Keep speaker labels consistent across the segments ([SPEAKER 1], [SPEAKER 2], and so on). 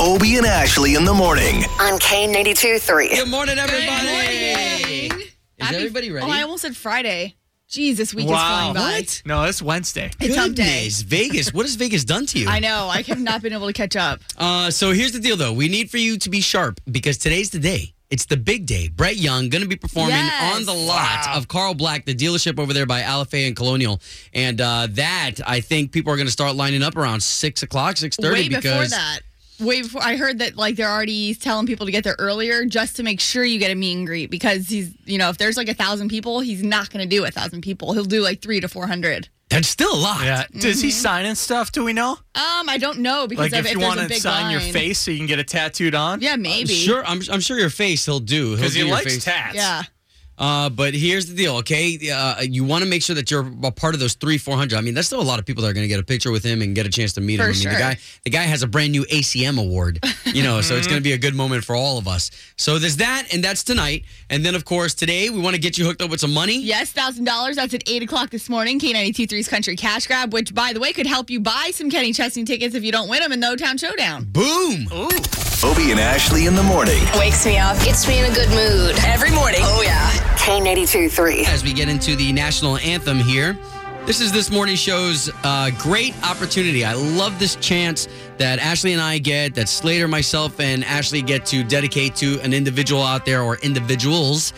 [SPEAKER 1] Obie and Ashley in the morning.
[SPEAKER 2] on K82 3.
[SPEAKER 3] Good morning, everybody. Is
[SPEAKER 4] Happy-
[SPEAKER 3] everybody ready?
[SPEAKER 4] Oh, I almost said Friday. Jeez, this week
[SPEAKER 5] Wow.
[SPEAKER 4] is flying by.
[SPEAKER 3] What?
[SPEAKER 5] No, it's Wednesday.
[SPEAKER 4] It's hump day.
[SPEAKER 3] Goodness, Vegas. What has Vegas done to you?
[SPEAKER 4] I know. I have not been able to catch up.
[SPEAKER 3] Uh, so here's the deal, though. We need for you to be sharp because today's the day. It's the big day. Brett Young going to be performing
[SPEAKER 4] Yes.
[SPEAKER 3] on the lot of Carl Black, the dealership over there by Alafay and Colonial, and uh, that I think people are going to start lining up around six o'clock, six
[SPEAKER 4] Way
[SPEAKER 3] thirty.
[SPEAKER 4] before
[SPEAKER 3] Because
[SPEAKER 4] that. Way before I heard that like they're already telling people to get there earlier just to make sure you get a meet and greet because he's you know, if there's like a thousand people, he's not gonna do a thousand people. He'll do like three to four hundred.
[SPEAKER 3] that's still a lot.
[SPEAKER 5] Yeah. Does he sign and stuff? Do we know?
[SPEAKER 4] Um, I don't know mm-hmm. because
[SPEAKER 5] Like
[SPEAKER 4] of,
[SPEAKER 5] if you
[SPEAKER 4] there's
[SPEAKER 5] want
[SPEAKER 4] a
[SPEAKER 5] to
[SPEAKER 4] big
[SPEAKER 5] sign your
[SPEAKER 4] line.
[SPEAKER 5] face so you can get it tattooed on?
[SPEAKER 4] Yeah, maybe.
[SPEAKER 3] Sure, I'm, I'm sure your face he'll do. He'll
[SPEAKER 5] Because
[SPEAKER 3] do
[SPEAKER 5] he
[SPEAKER 3] your
[SPEAKER 5] likes
[SPEAKER 3] face.
[SPEAKER 5] tats.
[SPEAKER 4] Yeah.
[SPEAKER 3] Uh, but here's the deal, okay? Uh, you want to make sure that you're a part of those three, four hundred. I mean, there's still a lot of people that are going to get a picture with him and get a chance to meet
[SPEAKER 4] For
[SPEAKER 3] him. I mean,
[SPEAKER 4] sure.
[SPEAKER 3] the guy, the guy has a brand new ACM award, you know, so
[SPEAKER 4] Mm-hmm.
[SPEAKER 3] it's going to be a good moment for all of us. So there's that, and that's tonight, and then of course today we want to get you hooked up with some money.
[SPEAKER 4] Yes, thousand dollars. That's at eight o'clock this morning. K 923s Country Cash Grab, which by the way could help you buy some Kenny Chesney tickets if you don't win them in the Town Showdown.
[SPEAKER 3] Boom.
[SPEAKER 1] Obie and Ashley in the morning.
[SPEAKER 6] Wakes me up, gets me in a good mood. Every morning. Oh, yeah.
[SPEAKER 2] K82 3.
[SPEAKER 3] As we get into the national anthem here, this is this morning show's uh, great opportunity. I love this chance that Ashley and I get, that Slater, myself, and Ashley get to dedicate to an individual out there or individuals.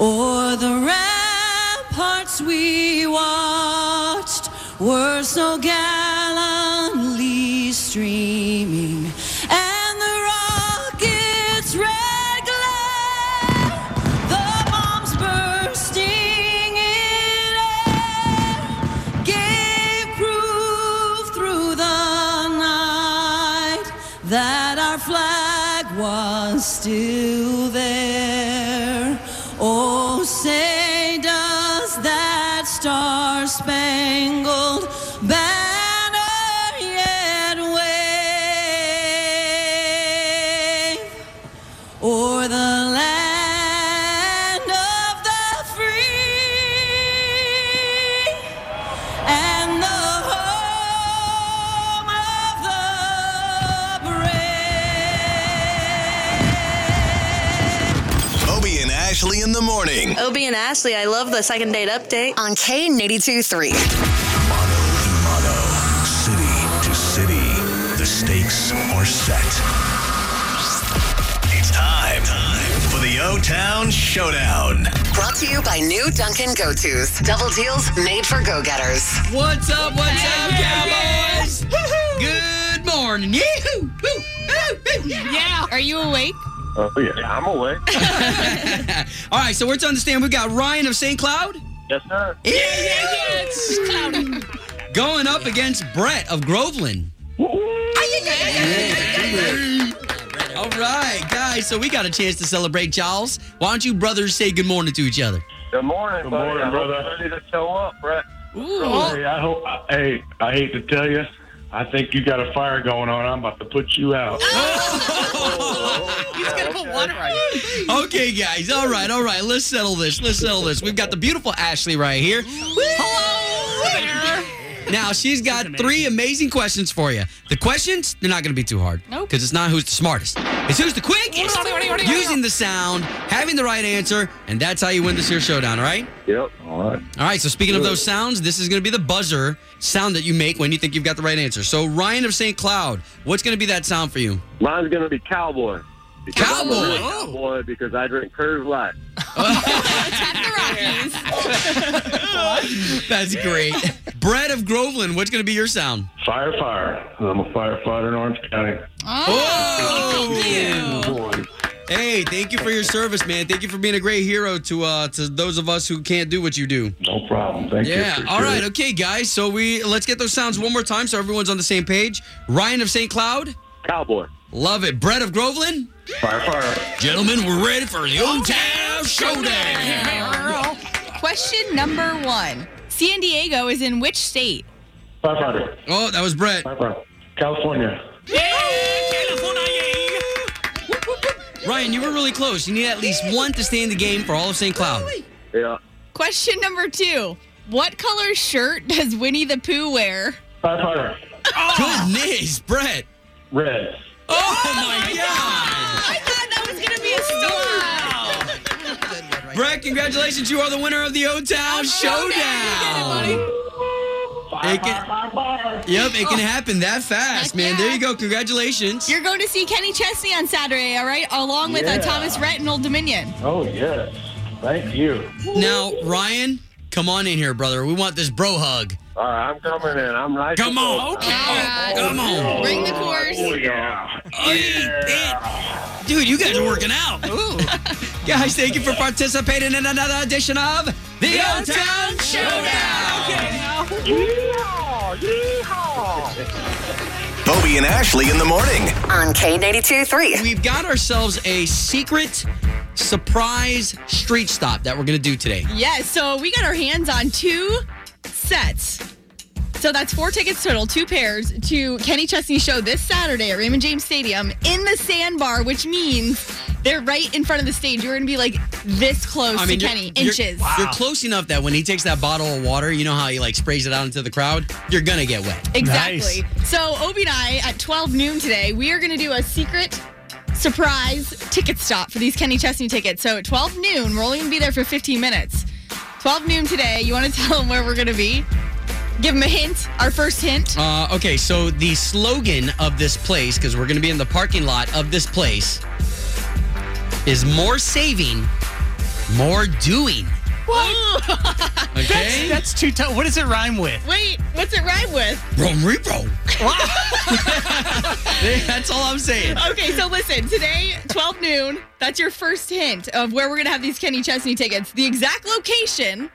[SPEAKER 7] o'er the ramparts we watched were so gallantly streaming, and the rockets' red glare, the bombs bursting in air, gave proof through the night that our flag was still there. Oh, say does that star-spangled banner yet wave? O'er the land of the free and the home of the brave.
[SPEAKER 1] Obie and Ashley in the morning.
[SPEAKER 6] Obie and Ashley, I love the second date update.
[SPEAKER 2] On K82 3.
[SPEAKER 1] Mano y mano, city to city, the stakes are set. It's time, time for the O Town Showdown.
[SPEAKER 2] Brought to you by new Dunkin' Go To's. Double deals made for go getters.
[SPEAKER 3] What's up? What's up, Cowboys? Good morning. Yee-hoo! Woo! Woo! Woo!
[SPEAKER 4] Yeah. Are you awake?
[SPEAKER 8] Oh yeah, I'm awake.
[SPEAKER 3] All right, so we're to understand we've got Ryan of St. Cloud.
[SPEAKER 8] yes, sir.
[SPEAKER 3] Idiots! Going up against Brett of Groveland. All right, guys, so we got a chance to celebrate, Giles. Why don't you brothers say good morning to each other?
[SPEAKER 8] Good morning,
[SPEAKER 9] Good
[SPEAKER 8] buddy.
[SPEAKER 9] morning,
[SPEAKER 8] I hope
[SPEAKER 9] brother.
[SPEAKER 8] you're Ready to show up, Brett.
[SPEAKER 4] Oh,
[SPEAKER 9] Hey, I hope. Hey, I hate to tell you, I think you got a fire going on. I'm about to put you out.
[SPEAKER 4] He's gonna put water on you.
[SPEAKER 3] Okay, guys. All right, all right. Let's settle this. Let's settle this. We've got the beautiful Ashley right here. Hello there. Now she's got three amazing questions for you. The questions they're not going to be too hard.
[SPEAKER 4] Nope.
[SPEAKER 3] Because it's not who's the smartest. It's who's the quickest. using the sound, having the right answer, and that's how you win this here showdown. All right.
[SPEAKER 8] Yep. All right.
[SPEAKER 3] All right. So speaking of those sounds, this is going to be the buzzer sound that you make when you think you've got the right answer. So Ryan of St. Cloud, what's going to be that sound for you?
[SPEAKER 8] Mine's gonna be cowboy. Because I'm a
[SPEAKER 3] Cowboy?
[SPEAKER 8] real Cowboy, because I drink Curve Light.
[SPEAKER 4] Attack the Rockies.
[SPEAKER 3] That's great. Brett of Groveland, what's going to be your sound?
[SPEAKER 9] Fire, fire. I'm a firefighter in Orange County.
[SPEAKER 3] Oh, Hey, thank you for your service, man. Thank you for being a great hero to uh to those of us who can't do what you do.
[SPEAKER 9] No problem. Thank you.
[SPEAKER 3] Yeah.
[SPEAKER 9] Appreciate
[SPEAKER 3] All right.
[SPEAKER 9] it.
[SPEAKER 3] Okay, guys. So we let's get those sounds one more time so everyone's on the same page. Ryan of St. Cloud,
[SPEAKER 8] Cowboy.
[SPEAKER 3] love it. Brett of Groveland,
[SPEAKER 9] Fire, fire.
[SPEAKER 3] gentlemen, we're ready for the hometown showdown.
[SPEAKER 4] Question number one. San Diego is in which state?
[SPEAKER 9] Firefighter.
[SPEAKER 3] Oh, that was Brett.
[SPEAKER 9] Firefighter. California.
[SPEAKER 3] Ryan, you were really close. You need at least one to stay in the game for all of St. Cloud.
[SPEAKER 8] Yeah.
[SPEAKER 4] Question number two. What color shirt does Winnie the Pooh wear?
[SPEAKER 9] Firefighter.
[SPEAKER 3] Goodness, Brett.
[SPEAKER 9] Red.
[SPEAKER 3] Ah. Oh my God.
[SPEAKER 4] I thought that was gonna be a story.
[SPEAKER 3] Brett, congratulations. You are the winner of the O Town Showdown. It can, yep, it can happen that fast, man. There you go. Congratulations.
[SPEAKER 4] You're going to see Kenny Chesney on Saturday, all right? Along with uh,
[SPEAKER 9] Yeah.
[SPEAKER 4] Thomas Rhett and Old Dominion.
[SPEAKER 9] Oh yes. Thank you.
[SPEAKER 3] now, Ryan, come on in here, brother. We want this bro hug.
[SPEAKER 8] All right, I'm coming in. I'm right.
[SPEAKER 3] Come on.
[SPEAKER 4] Okay. Oh,
[SPEAKER 3] Come on.
[SPEAKER 4] Bring the course.
[SPEAKER 9] yeah.
[SPEAKER 3] Hey, Dude, you guys are working out. guys, thank you for participating in another edition of the O Town Showdown.
[SPEAKER 1] Bobby and Ashley in the morning.
[SPEAKER 2] on K82 3.
[SPEAKER 3] We've got ourselves a secret surprise street stop that we're going to do today.
[SPEAKER 4] Yes, so we got our hands on two sets. So that's four tickets total, two pairs to Kenny Chesney's show this Saturday at Raymond James Stadium in the sandbar, which means they're right in front of the stage. You're going to be like this close to
[SPEAKER 3] you're-
[SPEAKER 4] Kenny,
[SPEAKER 3] you're-
[SPEAKER 4] inches.
[SPEAKER 3] You're, close enough that when he takes that bottle of water, you know how he like sprays it out into the crowd. You're gonna get wet.
[SPEAKER 4] Exactly. So Obi and I at 12 noon today, we are going to do a secret surprise ticket stop for these Kenny Chesney tickets. So at 12 noon, we're only going to be there for 15 minutes. 12 noon today, you want to tell them where we're going to be? Give them a hint, our first hint.
[SPEAKER 3] Uh, okay, so the slogan of this place, because we're gonna be in the parking lot of this place, is more saving, more doing. What? Okay.
[SPEAKER 5] That's too tough. What does it rhyme with?
[SPEAKER 4] Wait, what's it rhyme with?
[SPEAKER 3] Rum repro. That's all I'm saying.
[SPEAKER 4] Okay, so listen, today, 12 noon, that's your first hint of where we're going to have these Kenny Chesney tickets. The exact location,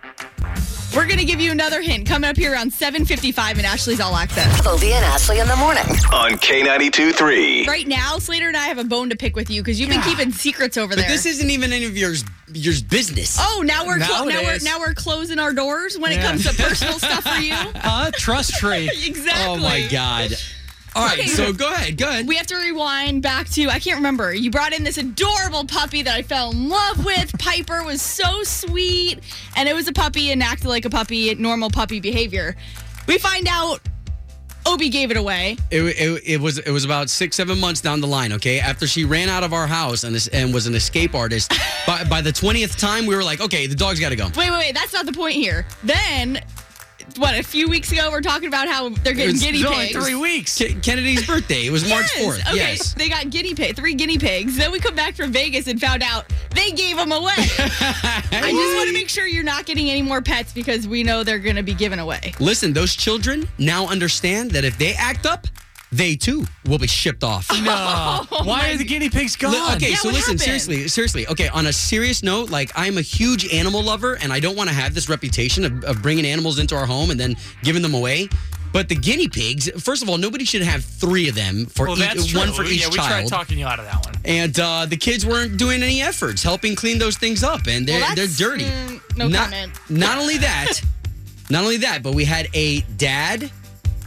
[SPEAKER 4] we're going to give you another hint coming up here around 7.55 in Ashley's All Access.
[SPEAKER 2] Bobby and Ashley in the morning.
[SPEAKER 1] On K92 3.
[SPEAKER 4] Right now, Slater and I have a bone to pick with you because you've been keeping secrets over
[SPEAKER 3] But
[SPEAKER 4] there.
[SPEAKER 3] this isn't even any of yours yours business.
[SPEAKER 4] oh, now we're clo- now we're
[SPEAKER 5] Nowadays.
[SPEAKER 4] now we're closing our doors when it
[SPEAKER 5] Yeah.
[SPEAKER 4] comes to personal stuff for you.
[SPEAKER 5] Huh? Trust tree.
[SPEAKER 4] Exactly.
[SPEAKER 3] Oh my god. All right,
[SPEAKER 4] Okay.
[SPEAKER 3] so go ahead, go ahead.
[SPEAKER 4] We have to rewind back to I can't remember. You brought in this adorable puppy that I fell in love with. Piper was so sweet, and it was a puppy and acted like a puppy, normal puppy behavior. We find out Obi gave it away.
[SPEAKER 3] It, it, it was it was about six seven months down the line. Okay, after she ran out of our house and is- and was an escape artist, by by the twentieth time we were like, okay, the dog's got to go.
[SPEAKER 4] Wait, wait, wait. That's not the point here. Then, what? A few weeks ago, we're talking about how they're
[SPEAKER 3] It
[SPEAKER 4] getting
[SPEAKER 3] was
[SPEAKER 4] guinea
[SPEAKER 5] It's
[SPEAKER 4] pigs.
[SPEAKER 5] only three weeks.
[SPEAKER 3] K- Kennedy's birthday. It was March
[SPEAKER 4] Yes.
[SPEAKER 3] fourth.
[SPEAKER 4] Okay.
[SPEAKER 3] Yes.
[SPEAKER 4] They got guinea pig, three guinea pigs. Then we come back from Vegas and found out they gave them away. I just want to make sure you're not getting any more pets because we know they're going to be given away.
[SPEAKER 3] Listen, those children now understand that if they act up, they too will be shipped off.
[SPEAKER 4] Oh
[SPEAKER 5] No. Why are the guinea pigs gone?
[SPEAKER 3] Li- Okay,
[SPEAKER 4] Yeah,
[SPEAKER 3] so
[SPEAKER 4] what
[SPEAKER 3] listen,
[SPEAKER 4] happened?
[SPEAKER 3] seriously, seriously. Okay, on a serious note, like I'm a huge animal lover, and I don't want to have this reputation of, of bringing animals into our home and then giving them away. But the guinea pigs, first of all, nobody should have three of them for
[SPEAKER 5] Well, that's
[SPEAKER 3] each,
[SPEAKER 5] true.
[SPEAKER 3] one for each
[SPEAKER 5] yeah, we tried
[SPEAKER 3] child.
[SPEAKER 5] talking you out of that one.
[SPEAKER 3] and uh, the kids weren't doing any efforts helping clean those things up, and they're
[SPEAKER 4] Well,
[SPEAKER 3] they're
[SPEAKER 4] that's-
[SPEAKER 3] dirty.
[SPEAKER 4] mm, no
[SPEAKER 3] not,
[SPEAKER 4] comment.
[SPEAKER 3] Not only that, not only that, but we had a dad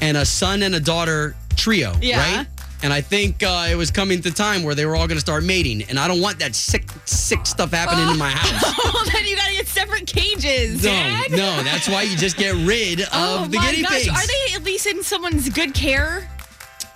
[SPEAKER 3] and a son and a daughter trio,
[SPEAKER 4] Yeah.
[SPEAKER 3] right? And I think uh, it was coming to time where they were all going to start mating, and I don't want that sick sick stuff happening in my house.
[SPEAKER 4] well, Oh, then you gotta get separate cages.
[SPEAKER 3] No,
[SPEAKER 4] Dad.
[SPEAKER 3] no, that's why you just get rid of
[SPEAKER 4] Oh
[SPEAKER 3] the
[SPEAKER 4] my
[SPEAKER 3] guinea
[SPEAKER 4] gosh,
[SPEAKER 3] pigs.
[SPEAKER 4] are they at least in someone's good care?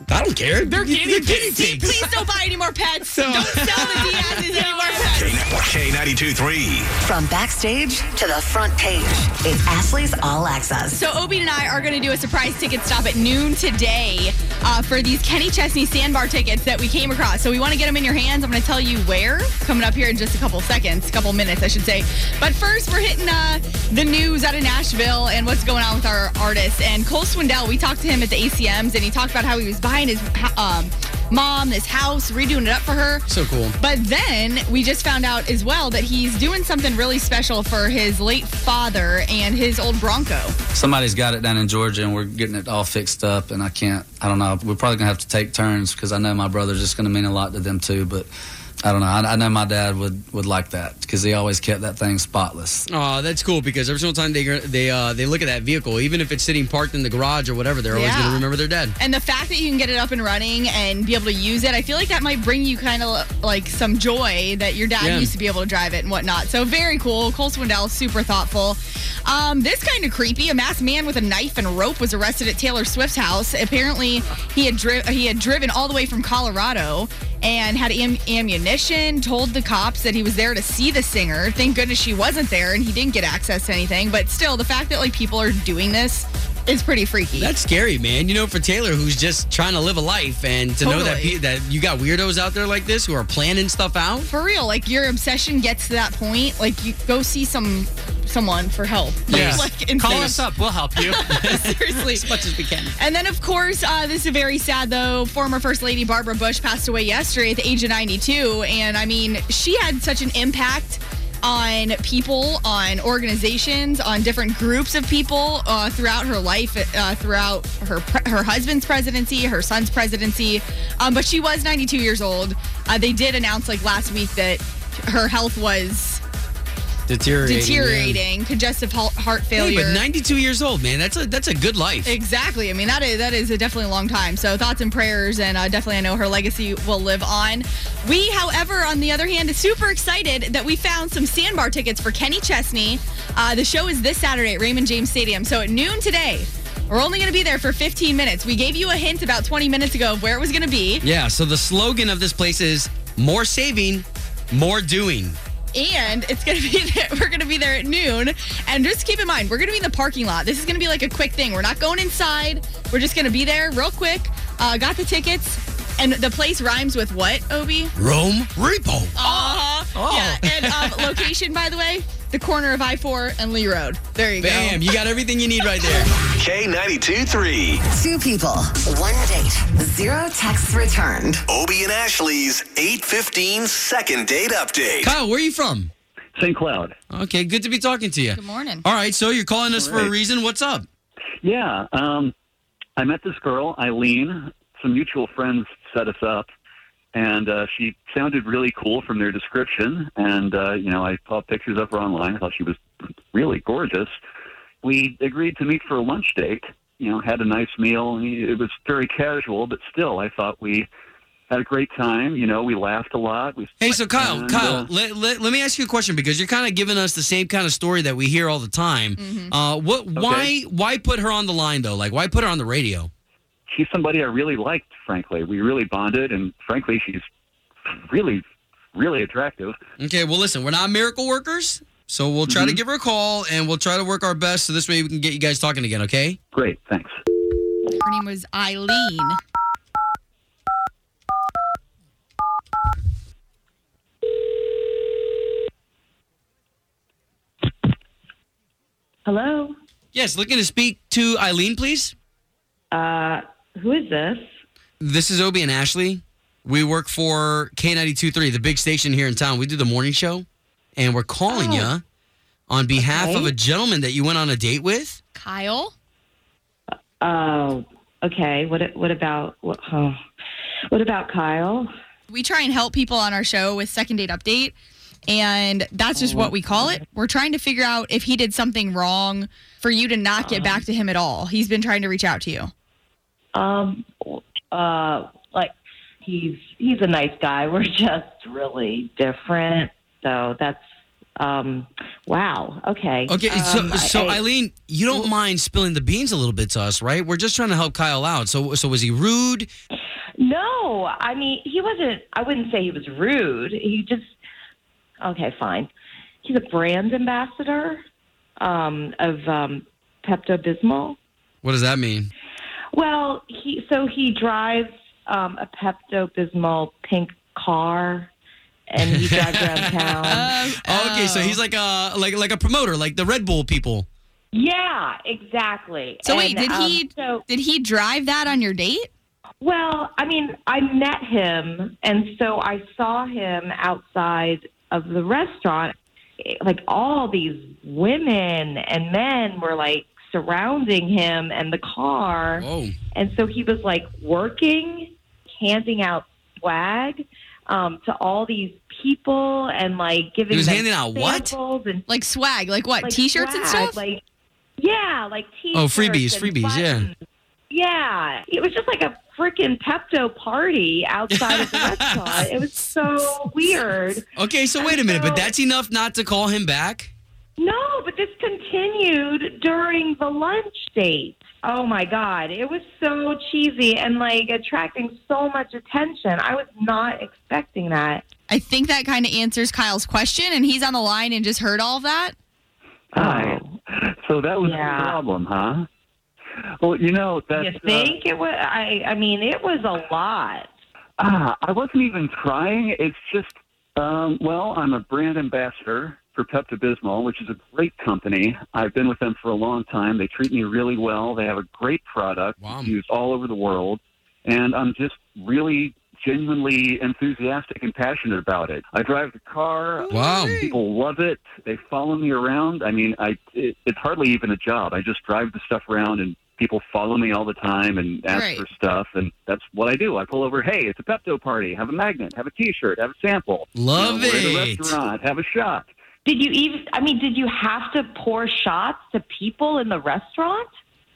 [SPEAKER 3] I don't care.
[SPEAKER 4] They're guinea pigs. See,
[SPEAKER 3] pigs.
[SPEAKER 4] please don't buy any more pets.
[SPEAKER 3] No.
[SPEAKER 4] Don't sell the Diaz's any more pets.
[SPEAKER 1] K92 3.
[SPEAKER 2] From backstage to the front page, it's Ashley's All Access.
[SPEAKER 4] So Obi and I are going to do a surprise ticket stop at noon today uh, for these Kenny Chesney Sandbar tickets that we came across. So we want to get them in your hands. I'm going to tell you where coming up here in just a couple seconds, a couple minutes, I should say. But first, we're hitting uh, the news out of Nashville and what's going on with our artists. And Cole Swindell, we talked to him at the ACMs, and he talked about how he was buying his um, mom this house, redoing it up for her.
[SPEAKER 3] So cool.
[SPEAKER 4] But then we just found out as well that he's doing something really special for his late father and his old Bronco.
[SPEAKER 10] Somebody's got it down in Georgia, and we're getting it all fixed up. And I can't. I don't know. We're probably gonna have to take turns because I know my brother's just gonna mean a lot to them too. But I don't know. I, I know my dad would would like that because he always kept that thing spotless.
[SPEAKER 3] Oh, that's cool because every single time they they uh, they look at that vehicle, even if it's sitting parked in the garage or whatever, they're always
[SPEAKER 4] Yeah.
[SPEAKER 3] going to remember their dad.
[SPEAKER 4] And the fact that you can get it up and running and be able to use it, I feel like that might bring you kind of like some joy that your dad
[SPEAKER 3] Yeah.
[SPEAKER 4] used to be able to drive it and whatnot. So very cool. Cole Swindell, super thoughtful. Um, this kind of creepy. A masked man with a knife and rope was arrested at Taylor Swift's house. Apparently, he had dri- he had driven all the way from Colorado and had am- ammunition. Told the cops that he was there to see the singer. Thank goodness she wasn't there and he didn't get access to anything. But still, the fact that like people are doing this is pretty freaky.
[SPEAKER 3] That's scary, man. You know, for Taylor, who's just trying to live a life, and to know that
[SPEAKER 4] Totally.
[SPEAKER 3] pe- that you got weirdos out there like this who are planning stuff out.
[SPEAKER 4] for real like your obsession gets to that point like you go see some someone for help
[SPEAKER 5] Yeah.
[SPEAKER 4] like
[SPEAKER 5] Call
[SPEAKER 4] instead
[SPEAKER 5] us up. We'll help you.
[SPEAKER 4] of- seriously
[SPEAKER 3] As much as we can.
[SPEAKER 4] and then, of course, uh, this is very sad, though. Former First Lady Barbara Bush passed away yesterday at the age of 92. And I mean, she had such an impact on people, on organizations, on different groups of people uh, throughout her life, uh, throughout her pre- her husband's presidency, her son's presidency. Um, but she was 92 years old. Uh, they did announce like last week that her health was
[SPEAKER 3] Deteriorating. man.
[SPEAKER 4] deteriorating, congestive heart heart
[SPEAKER 3] Hey,
[SPEAKER 4] failure.
[SPEAKER 3] but 92 years old, man. That's a that's a good life.
[SPEAKER 4] Exactly. I mean, that is that is a definitely long time. So thoughts and prayers, and uh, definitely I know her legacy will live on. We, however, on the other hand, is super excited that we found some sandbar tickets for Kenny Chesney. Uh, the show is this Saturday at Raymond James Stadium. So at noon today. We're only going to be there for 15 minutes. We gave you a hint about 20 minutes ago of where it was going to be.
[SPEAKER 3] Yeah. So the slogan of this place is more saving, more doing.
[SPEAKER 4] and it's gonna be there, we're gonna be there at noon. And just keep in mind, we're gonna be in the parking lot. This is gonna be like a quick thing. We're not going inside. We're just gonna be there real quick. Uh, got the tickets, and the place rhymes with what, Obi?
[SPEAKER 3] Rome Repo.
[SPEAKER 4] Uh huh. Yeah. And um, location, by the way, the corner of I four and Lee Road. There you go.
[SPEAKER 3] Bam! You got everything you need right there.
[SPEAKER 1] K92 3.
[SPEAKER 2] Two people, one date, zero texts returned.
[SPEAKER 1] Obie and Ashley's 815 second date update.
[SPEAKER 3] Kyle, where are you from?
[SPEAKER 11] St. Cloud.
[SPEAKER 3] Okay, good to be talking to you.
[SPEAKER 4] Good morning.
[SPEAKER 3] All right, so you're calling us for a reason. What's up?
[SPEAKER 11] Yeah. Um, I met this girl, Eileen. Some mutual friends set us up, and uh, she sounded really cool from their description. And, uh, you know, I saw pictures of her online. I thought she was really gorgeous. We agreed to meet for a lunch date, you know, had a nice meal. It was very casual, but still, I thought we had a great time. You know, we laughed a lot. We
[SPEAKER 3] Hey, so Kyle,
[SPEAKER 11] And,
[SPEAKER 3] Kyle,
[SPEAKER 11] uh,
[SPEAKER 3] let, let, let me ask you a question because you're kind of giving us the same kind of story that we hear all the time. Uh, what? Why? Why put her on the line though? Like, why put her on the radio?
[SPEAKER 11] she's somebody I really liked, frankly. We really bonded, and frankly, she's really, really attractive.
[SPEAKER 3] Okay, well, listen, we're not miracle workers, so we'll try to give her a call and we'll try to work our best so this way we can get you guys talking again. Okay?
[SPEAKER 11] Great, thanks.
[SPEAKER 4] Her name was Eileen.
[SPEAKER 7] Hello.
[SPEAKER 3] Yes, looking to speak to Eileen, please.
[SPEAKER 7] Uh, who is this?
[SPEAKER 3] This is Obie and Ashley. We work for K92.3, the big station here in town. We do the morning show, and we're
[SPEAKER 7] Oh.
[SPEAKER 3] calling you on behalf of a gentleman that you went on a date with.
[SPEAKER 4] Kyle.
[SPEAKER 7] Oh, okay. What what about what? Oh, what about Kyle?
[SPEAKER 4] We try and help people on our show with second date update, and that's just what we call it. We're trying to figure out if he did something wrong for you to not get back to him at all. He's been trying to reach out to you.
[SPEAKER 7] Um, uh, like he's he's a nice guy. We're just really different. So that's um, wow. Okay.
[SPEAKER 3] Okay, so,
[SPEAKER 7] Um, I-
[SPEAKER 3] so
[SPEAKER 7] I-
[SPEAKER 3] Eileen, you don't mind spilling the beans a little bit to us, right? We're just trying to help Kyle out. So, so was he rude?
[SPEAKER 7] No, I mean he wasn't. I wouldn't say he was rude. He just okay, fine. He's a brand ambassador um, of um, Pepto Bismol.
[SPEAKER 3] What does that mean?
[SPEAKER 7] Well, he so he drives um, a Pepto Bismol pink car, and he drives around town.
[SPEAKER 3] Oh, okay, so he's like a like like a promoter, like the Red Bull people.
[SPEAKER 7] Yeah, exactly.
[SPEAKER 4] So wait,
[SPEAKER 7] And,
[SPEAKER 4] did he
[SPEAKER 7] um, so-
[SPEAKER 4] did he drive that on your date?
[SPEAKER 7] Well, I mean, I met him, and so I saw him outside of the restaurant. Like all these women and men were like surrounding him and the car,
[SPEAKER 3] Whoa.
[SPEAKER 7] and so he was like working, handing out swag um, to all these people, and like giving.
[SPEAKER 3] He was
[SPEAKER 7] them
[SPEAKER 3] handing out what?
[SPEAKER 7] samples And
[SPEAKER 4] Like swag, like what?
[SPEAKER 7] like,
[SPEAKER 4] T-shirts and
[SPEAKER 7] swag,
[SPEAKER 4] stuff?
[SPEAKER 7] Like, yeah, like t-shirts.
[SPEAKER 3] Oh, freebies,
[SPEAKER 7] and
[SPEAKER 3] freebies, yeah.
[SPEAKER 7] yeah, it was just like a freaking Pepto party outside of the restaurant. It was so weird.
[SPEAKER 3] Okay, so wait a minute, but that's enough not to call him back.
[SPEAKER 7] No, but this continued during the lunch date. Oh my God. It was so cheesy and like attracting so much attention. I was not expecting that.
[SPEAKER 4] I think that kind of answers Kyle's question, and he's on the line and just heard all of that.
[SPEAKER 11] Hi. Oh, So that was
[SPEAKER 7] Yeah.
[SPEAKER 11] the problem, huh? Well, you know that's.
[SPEAKER 7] you think it was? I, I mean, it was a lot.
[SPEAKER 11] Ah, I wasn't even trying. It's just, um, well, I'm a brand ambassador for Pepto Bismol, which is a great company. I've been with them for a long time. They treat me really well. They have a great product
[SPEAKER 3] Wow.
[SPEAKER 11] It's used all over the world, and I'm just really genuinely enthusiastic and passionate about it. I drive the car.
[SPEAKER 3] Wow.
[SPEAKER 11] People love it. They follow me around. I mean, I it, it's hardly even a job. I just drive the stuff around and people follow me all the time and ask
[SPEAKER 4] Right.
[SPEAKER 11] for stuff and that's what I do. I pull over, "Hey, it's a Pepto party. Have a magnet, have a t-shirt, have a sample."
[SPEAKER 3] Love
[SPEAKER 11] you know, We're at a
[SPEAKER 3] it.
[SPEAKER 11] restaurant, have a shot.
[SPEAKER 7] Did you even, I mean, did you have to pour shots to people in the restaurant?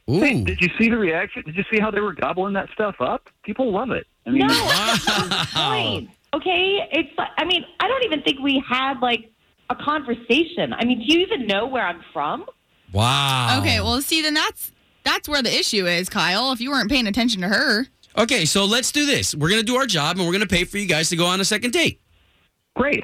[SPEAKER 11] Hey,
[SPEAKER 3] Ooh.
[SPEAKER 11] did you see the reaction? Did you see how they were gobbling that stuff up? People love it. I mean,
[SPEAKER 7] No.
[SPEAKER 3] Wow.
[SPEAKER 7] Fine. Okay. It's, like- I mean, I don't even think we had like a conversation. I mean, do you even know where I'm from?
[SPEAKER 3] Wow.
[SPEAKER 4] Okay, well, see, then that's that's where the issue is, Kyle. If you weren't paying attention to her,
[SPEAKER 3] Okay, so let's do this. We're gonna do our job, and we're gonna pay for you guys to go on a second date.
[SPEAKER 11] great.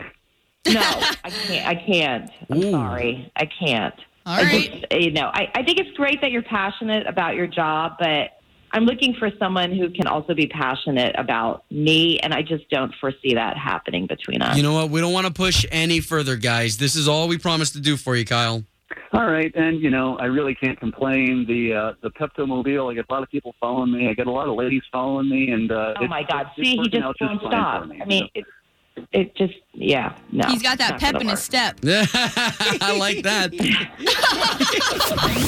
[SPEAKER 7] No, I can't. I can't. I'm
[SPEAKER 3] Ooh.
[SPEAKER 7] sorry. I can't.
[SPEAKER 4] all
[SPEAKER 7] I
[SPEAKER 4] right.
[SPEAKER 7] just- eh, you know, I, I think it's great that you're passionate about your job, but I'm looking for someone who can also be passionate about me, and I just don't foresee that happening between us.
[SPEAKER 3] You know what? We don't want to push any further, guys. This is all we promised to do for you, Kyle.
[SPEAKER 11] All right, and you know, I really can't complain. The uh, the Pepto Mobile, I get a lot of people following me. I get a lot of ladies following me, and uh,
[SPEAKER 7] oh
[SPEAKER 11] it's-
[SPEAKER 7] my God!
[SPEAKER 11] it's
[SPEAKER 7] See, he
[SPEAKER 11] working
[SPEAKER 7] just
[SPEAKER 11] out
[SPEAKER 7] won't
[SPEAKER 11] fine
[SPEAKER 7] stop.
[SPEAKER 11] for me.
[SPEAKER 7] I mean, it, it just yeah. No,
[SPEAKER 3] Oh,
[SPEAKER 4] He's got that
[SPEAKER 7] it's not
[SPEAKER 4] pep in
[SPEAKER 7] gonna
[SPEAKER 4] his step.
[SPEAKER 3] I like that.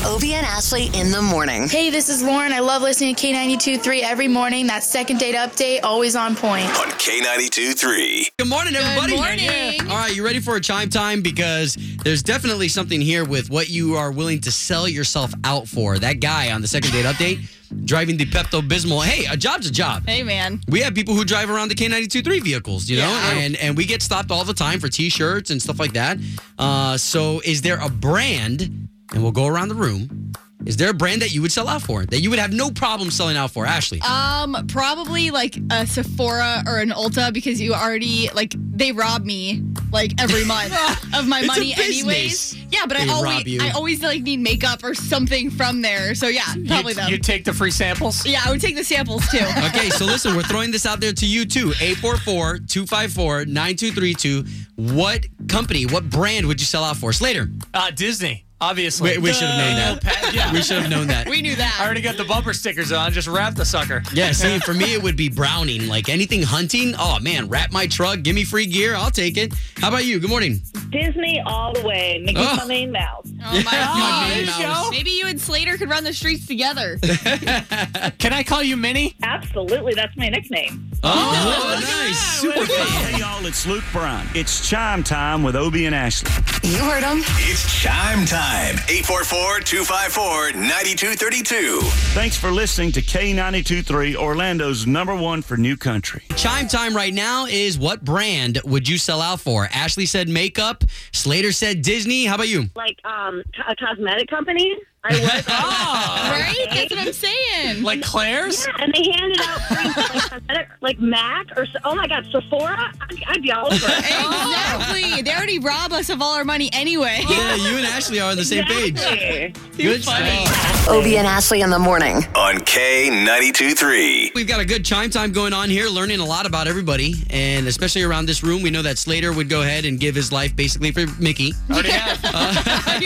[SPEAKER 2] Obie and Ashley in the morning.
[SPEAKER 6] Hey, this is Lauren. I love listening to K92.3 every morning. That second date update, always on point.
[SPEAKER 1] On K92 3.
[SPEAKER 3] Good morning, everybody.
[SPEAKER 4] morning.
[SPEAKER 3] Yeah. All right, you ready for a chime time? Because there's definitely something here with what you are willing to sell yourself out for. That guy on the second date update driving the Pepto Bismol. Hey, a job's a job.
[SPEAKER 4] Hey, man.
[SPEAKER 3] We have people who drive around the K923 vehicles, you know,
[SPEAKER 4] Yeah.
[SPEAKER 3] and and we get stopped all the time for t-shirts and stuff like that. Uh, so is there a brand and we'll go around the room. Is there a brand that you would sell out for? That you would have no problem selling out for, Ashley?
[SPEAKER 4] Um, probably like a Sephora or an Ulta because you already like they rob me like every month of my
[SPEAKER 3] It's a
[SPEAKER 4] money
[SPEAKER 3] business.
[SPEAKER 4] anyways. Yeah, but I
[SPEAKER 3] They rob
[SPEAKER 4] always
[SPEAKER 3] you.
[SPEAKER 4] I always like need makeup or something from there. So yeah, probably
[SPEAKER 5] you,
[SPEAKER 4] them.
[SPEAKER 5] You take the free samples.
[SPEAKER 4] yeah, I would take the samples too.
[SPEAKER 3] Okay, so listen, we're throwing this out there to you too. 844-254-9232. What company, what brand would you sell out for? Slater.
[SPEAKER 5] Uh, Disney, obviously.
[SPEAKER 3] We, we should have known that.
[SPEAKER 5] Pat- yeah.
[SPEAKER 3] We should have known that.
[SPEAKER 4] We knew
[SPEAKER 5] I
[SPEAKER 4] that.
[SPEAKER 5] already got the bumper stickers on. Just wrap the sucker.
[SPEAKER 3] Yeah, see, for me, it would be browning. Like anything hunting, oh man, wrap my truck, give me free gear, I'll take it. How about you? Good morning.
[SPEAKER 12] Disney all the way. Mickey
[SPEAKER 3] Oh.
[SPEAKER 12] Mouse.
[SPEAKER 4] Oh my
[SPEAKER 13] Minnie
[SPEAKER 4] gosh.
[SPEAKER 13] Mouse.
[SPEAKER 4] Maybe you and Slater could run the streets together.
[SPEAKER 13] Can I call you Minnie?
[SPEAKER 4] Absolutely. That's my nickname.
[SPEAKER 14] Oh, nice. Super Hey, y'all, it's Luke Bryan. It's chime time with Obie and Ashley.
[SPEAKER 2] You heard him.
[SPEAKER 15] It's chime time. 844-254-9232.
[SPEAKER 14] Thanks for listening to K92.3, Orlando's number one for new country.
[SPEAKER 3] Chime time right now is what brand would you sell out for? Ashley said makeup. Slater said Disney. How about you?
[SPEAKER 16] Like um, co- a cosmetic company. I was.
[SPEAKER 4] right? That's what I'm saying.
[SPEAKER 13] Like Claire's?
[SPEAKER 16] Yeah, and they handed out free like, cosmetic, like Mac or so- oh my God, Sephora. I'd, I'd be all over. it.
[SPEAKER 4] Exactly. They already rob us of all our money anyway.
[SPEAKER 3] Yeah, you and Ashley are on the same page. Good funny.
[SPEAKER 2] Obie and Ashley in the morning.
[SPEAKER 15] On K92.3.
[SPEAKER 3] We've got a good chime time going on here, learning a lot about everybody, and especially around this room. We know that Slater would go ahead and give his life basically for Mickey.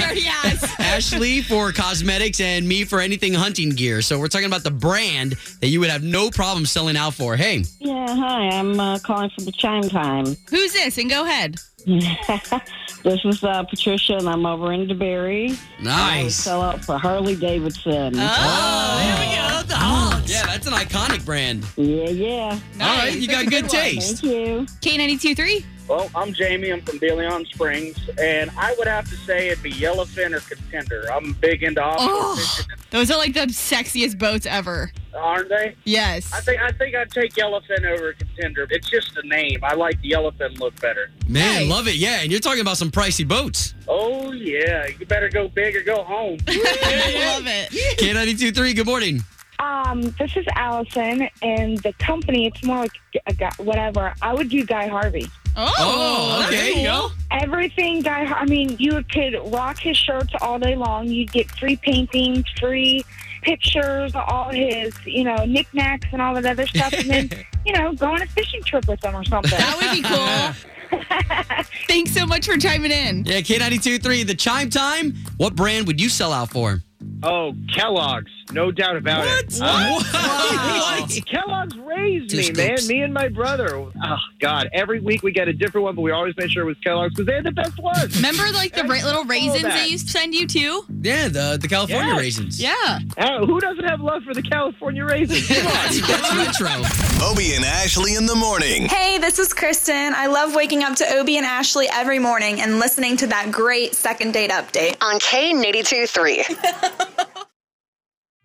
[SPEAKER 3] Ashley for cosmetics and me for anything hunting gear. So we're talking about the brand that you would have no problem selling out for. Hey,
[SPEAKER 16] Yeah, hi. I'm uh, calling from the Chime Time.
[SPEAKER 4] Who's this? And go ahead.
[SPEAKER 16] this is uh, Patricia, and I'm over in DeBerry. I
[SPEAKER 3] nice.
[SPEAKER 7] Oh,
[SPEAKER 16] sell
[SPEAKER 3] Oh, Uh.
[SPEAKER 16] out for Harley Davidson.
[SPEAKER 3] Yeah, that's an iconic brand.
[SPEAKER 16] Yeah, yeah.
[SPEAKER 3] All right, you got good, taste.
[SPEAKER 16] you.
[SPEAKER 4] K92.3.
[SPEAKER 11] Well, I'm Jamie. I'm from De Leon Springs, and I would have to say it'd be yellowfin or contender. I'm big into offshore
[SPEAKER 4] Oh,
[SPEAKER 11] fishing,
[SPEAKER 4] those are like the sexiest boats ever.
[SPEAKER 3] Oh.
[SPEAKER 11] aren't they?
[SPEAKER 4] Yes.
[SPEAKER 11] I think I think I'd take yellowfin over contender. It's just a name. I like the yellowfin look better.
[SPEAKER 3] Man, love it. Yeah, and you're talking about some pricey boats.
[SPEAKER 11] Oh yeah, you better go big or go home.
[SPEAKER 4] Love it.
[SPEAKER 3] K92.3, good morning.
[SPEAKER 7] Um, this is Allison, and the company, it's more like a guy, whatever. I would do Guy Harvey.
[SPEAKER 4] Oh,
[SPEAKER 3] Oh, okay. there you go.
[SPEAKER 7] Everything Guy Har- I mean, you could rock his shirts all day long. You'd get free paintings, free pictures, all his, you know, knickknacks and all that other stuff. And then, you know, go on a fishing trip with them or something.
[SPEAKER 4] That would be cool. Thanks so much for chiming in.
[SPEAKER 3] Yeah, K92.3, the chime time. What brand would you sell out for?
[SPEAKER 11] Oh, Kellogg's, no doubt about it.
[SPEAKER 3] What?
[SPEAKER 11] Uh, Kellogg's raised
[SPEAKER 3] Two
[SPEAKER 11] me,
[SPEAKER 3] scoops.
[SPEAKER 11] man. Me and my brother. Oh God, every week we get a different one, but we always make sure it was Kellogg's because they had the best one.
[SPEAKER 4] Remember like the ra- little raisins
[SPEAKER 11] that.
[SPEAKER 4] they used to send you too?
[SPEAKER 3] Yeah, the, the California
[SPEAKER 11] Yeah.
[SPEAKER 3] raisins.
[SPEAKER 4] Yeah.
[SPEAKER 11] Uh, who doesn't have love for the California raisins? Come on.
[SPEAKER 3] That's retro.
[SPEAKER 15] Obie and Ashley in the morning.
[SPEAKER 6] Hey, this is Kristen. I love waking up to Obie and Ashley every morning and listening to that great second date update.
[SPEAKER 2] On K82 3.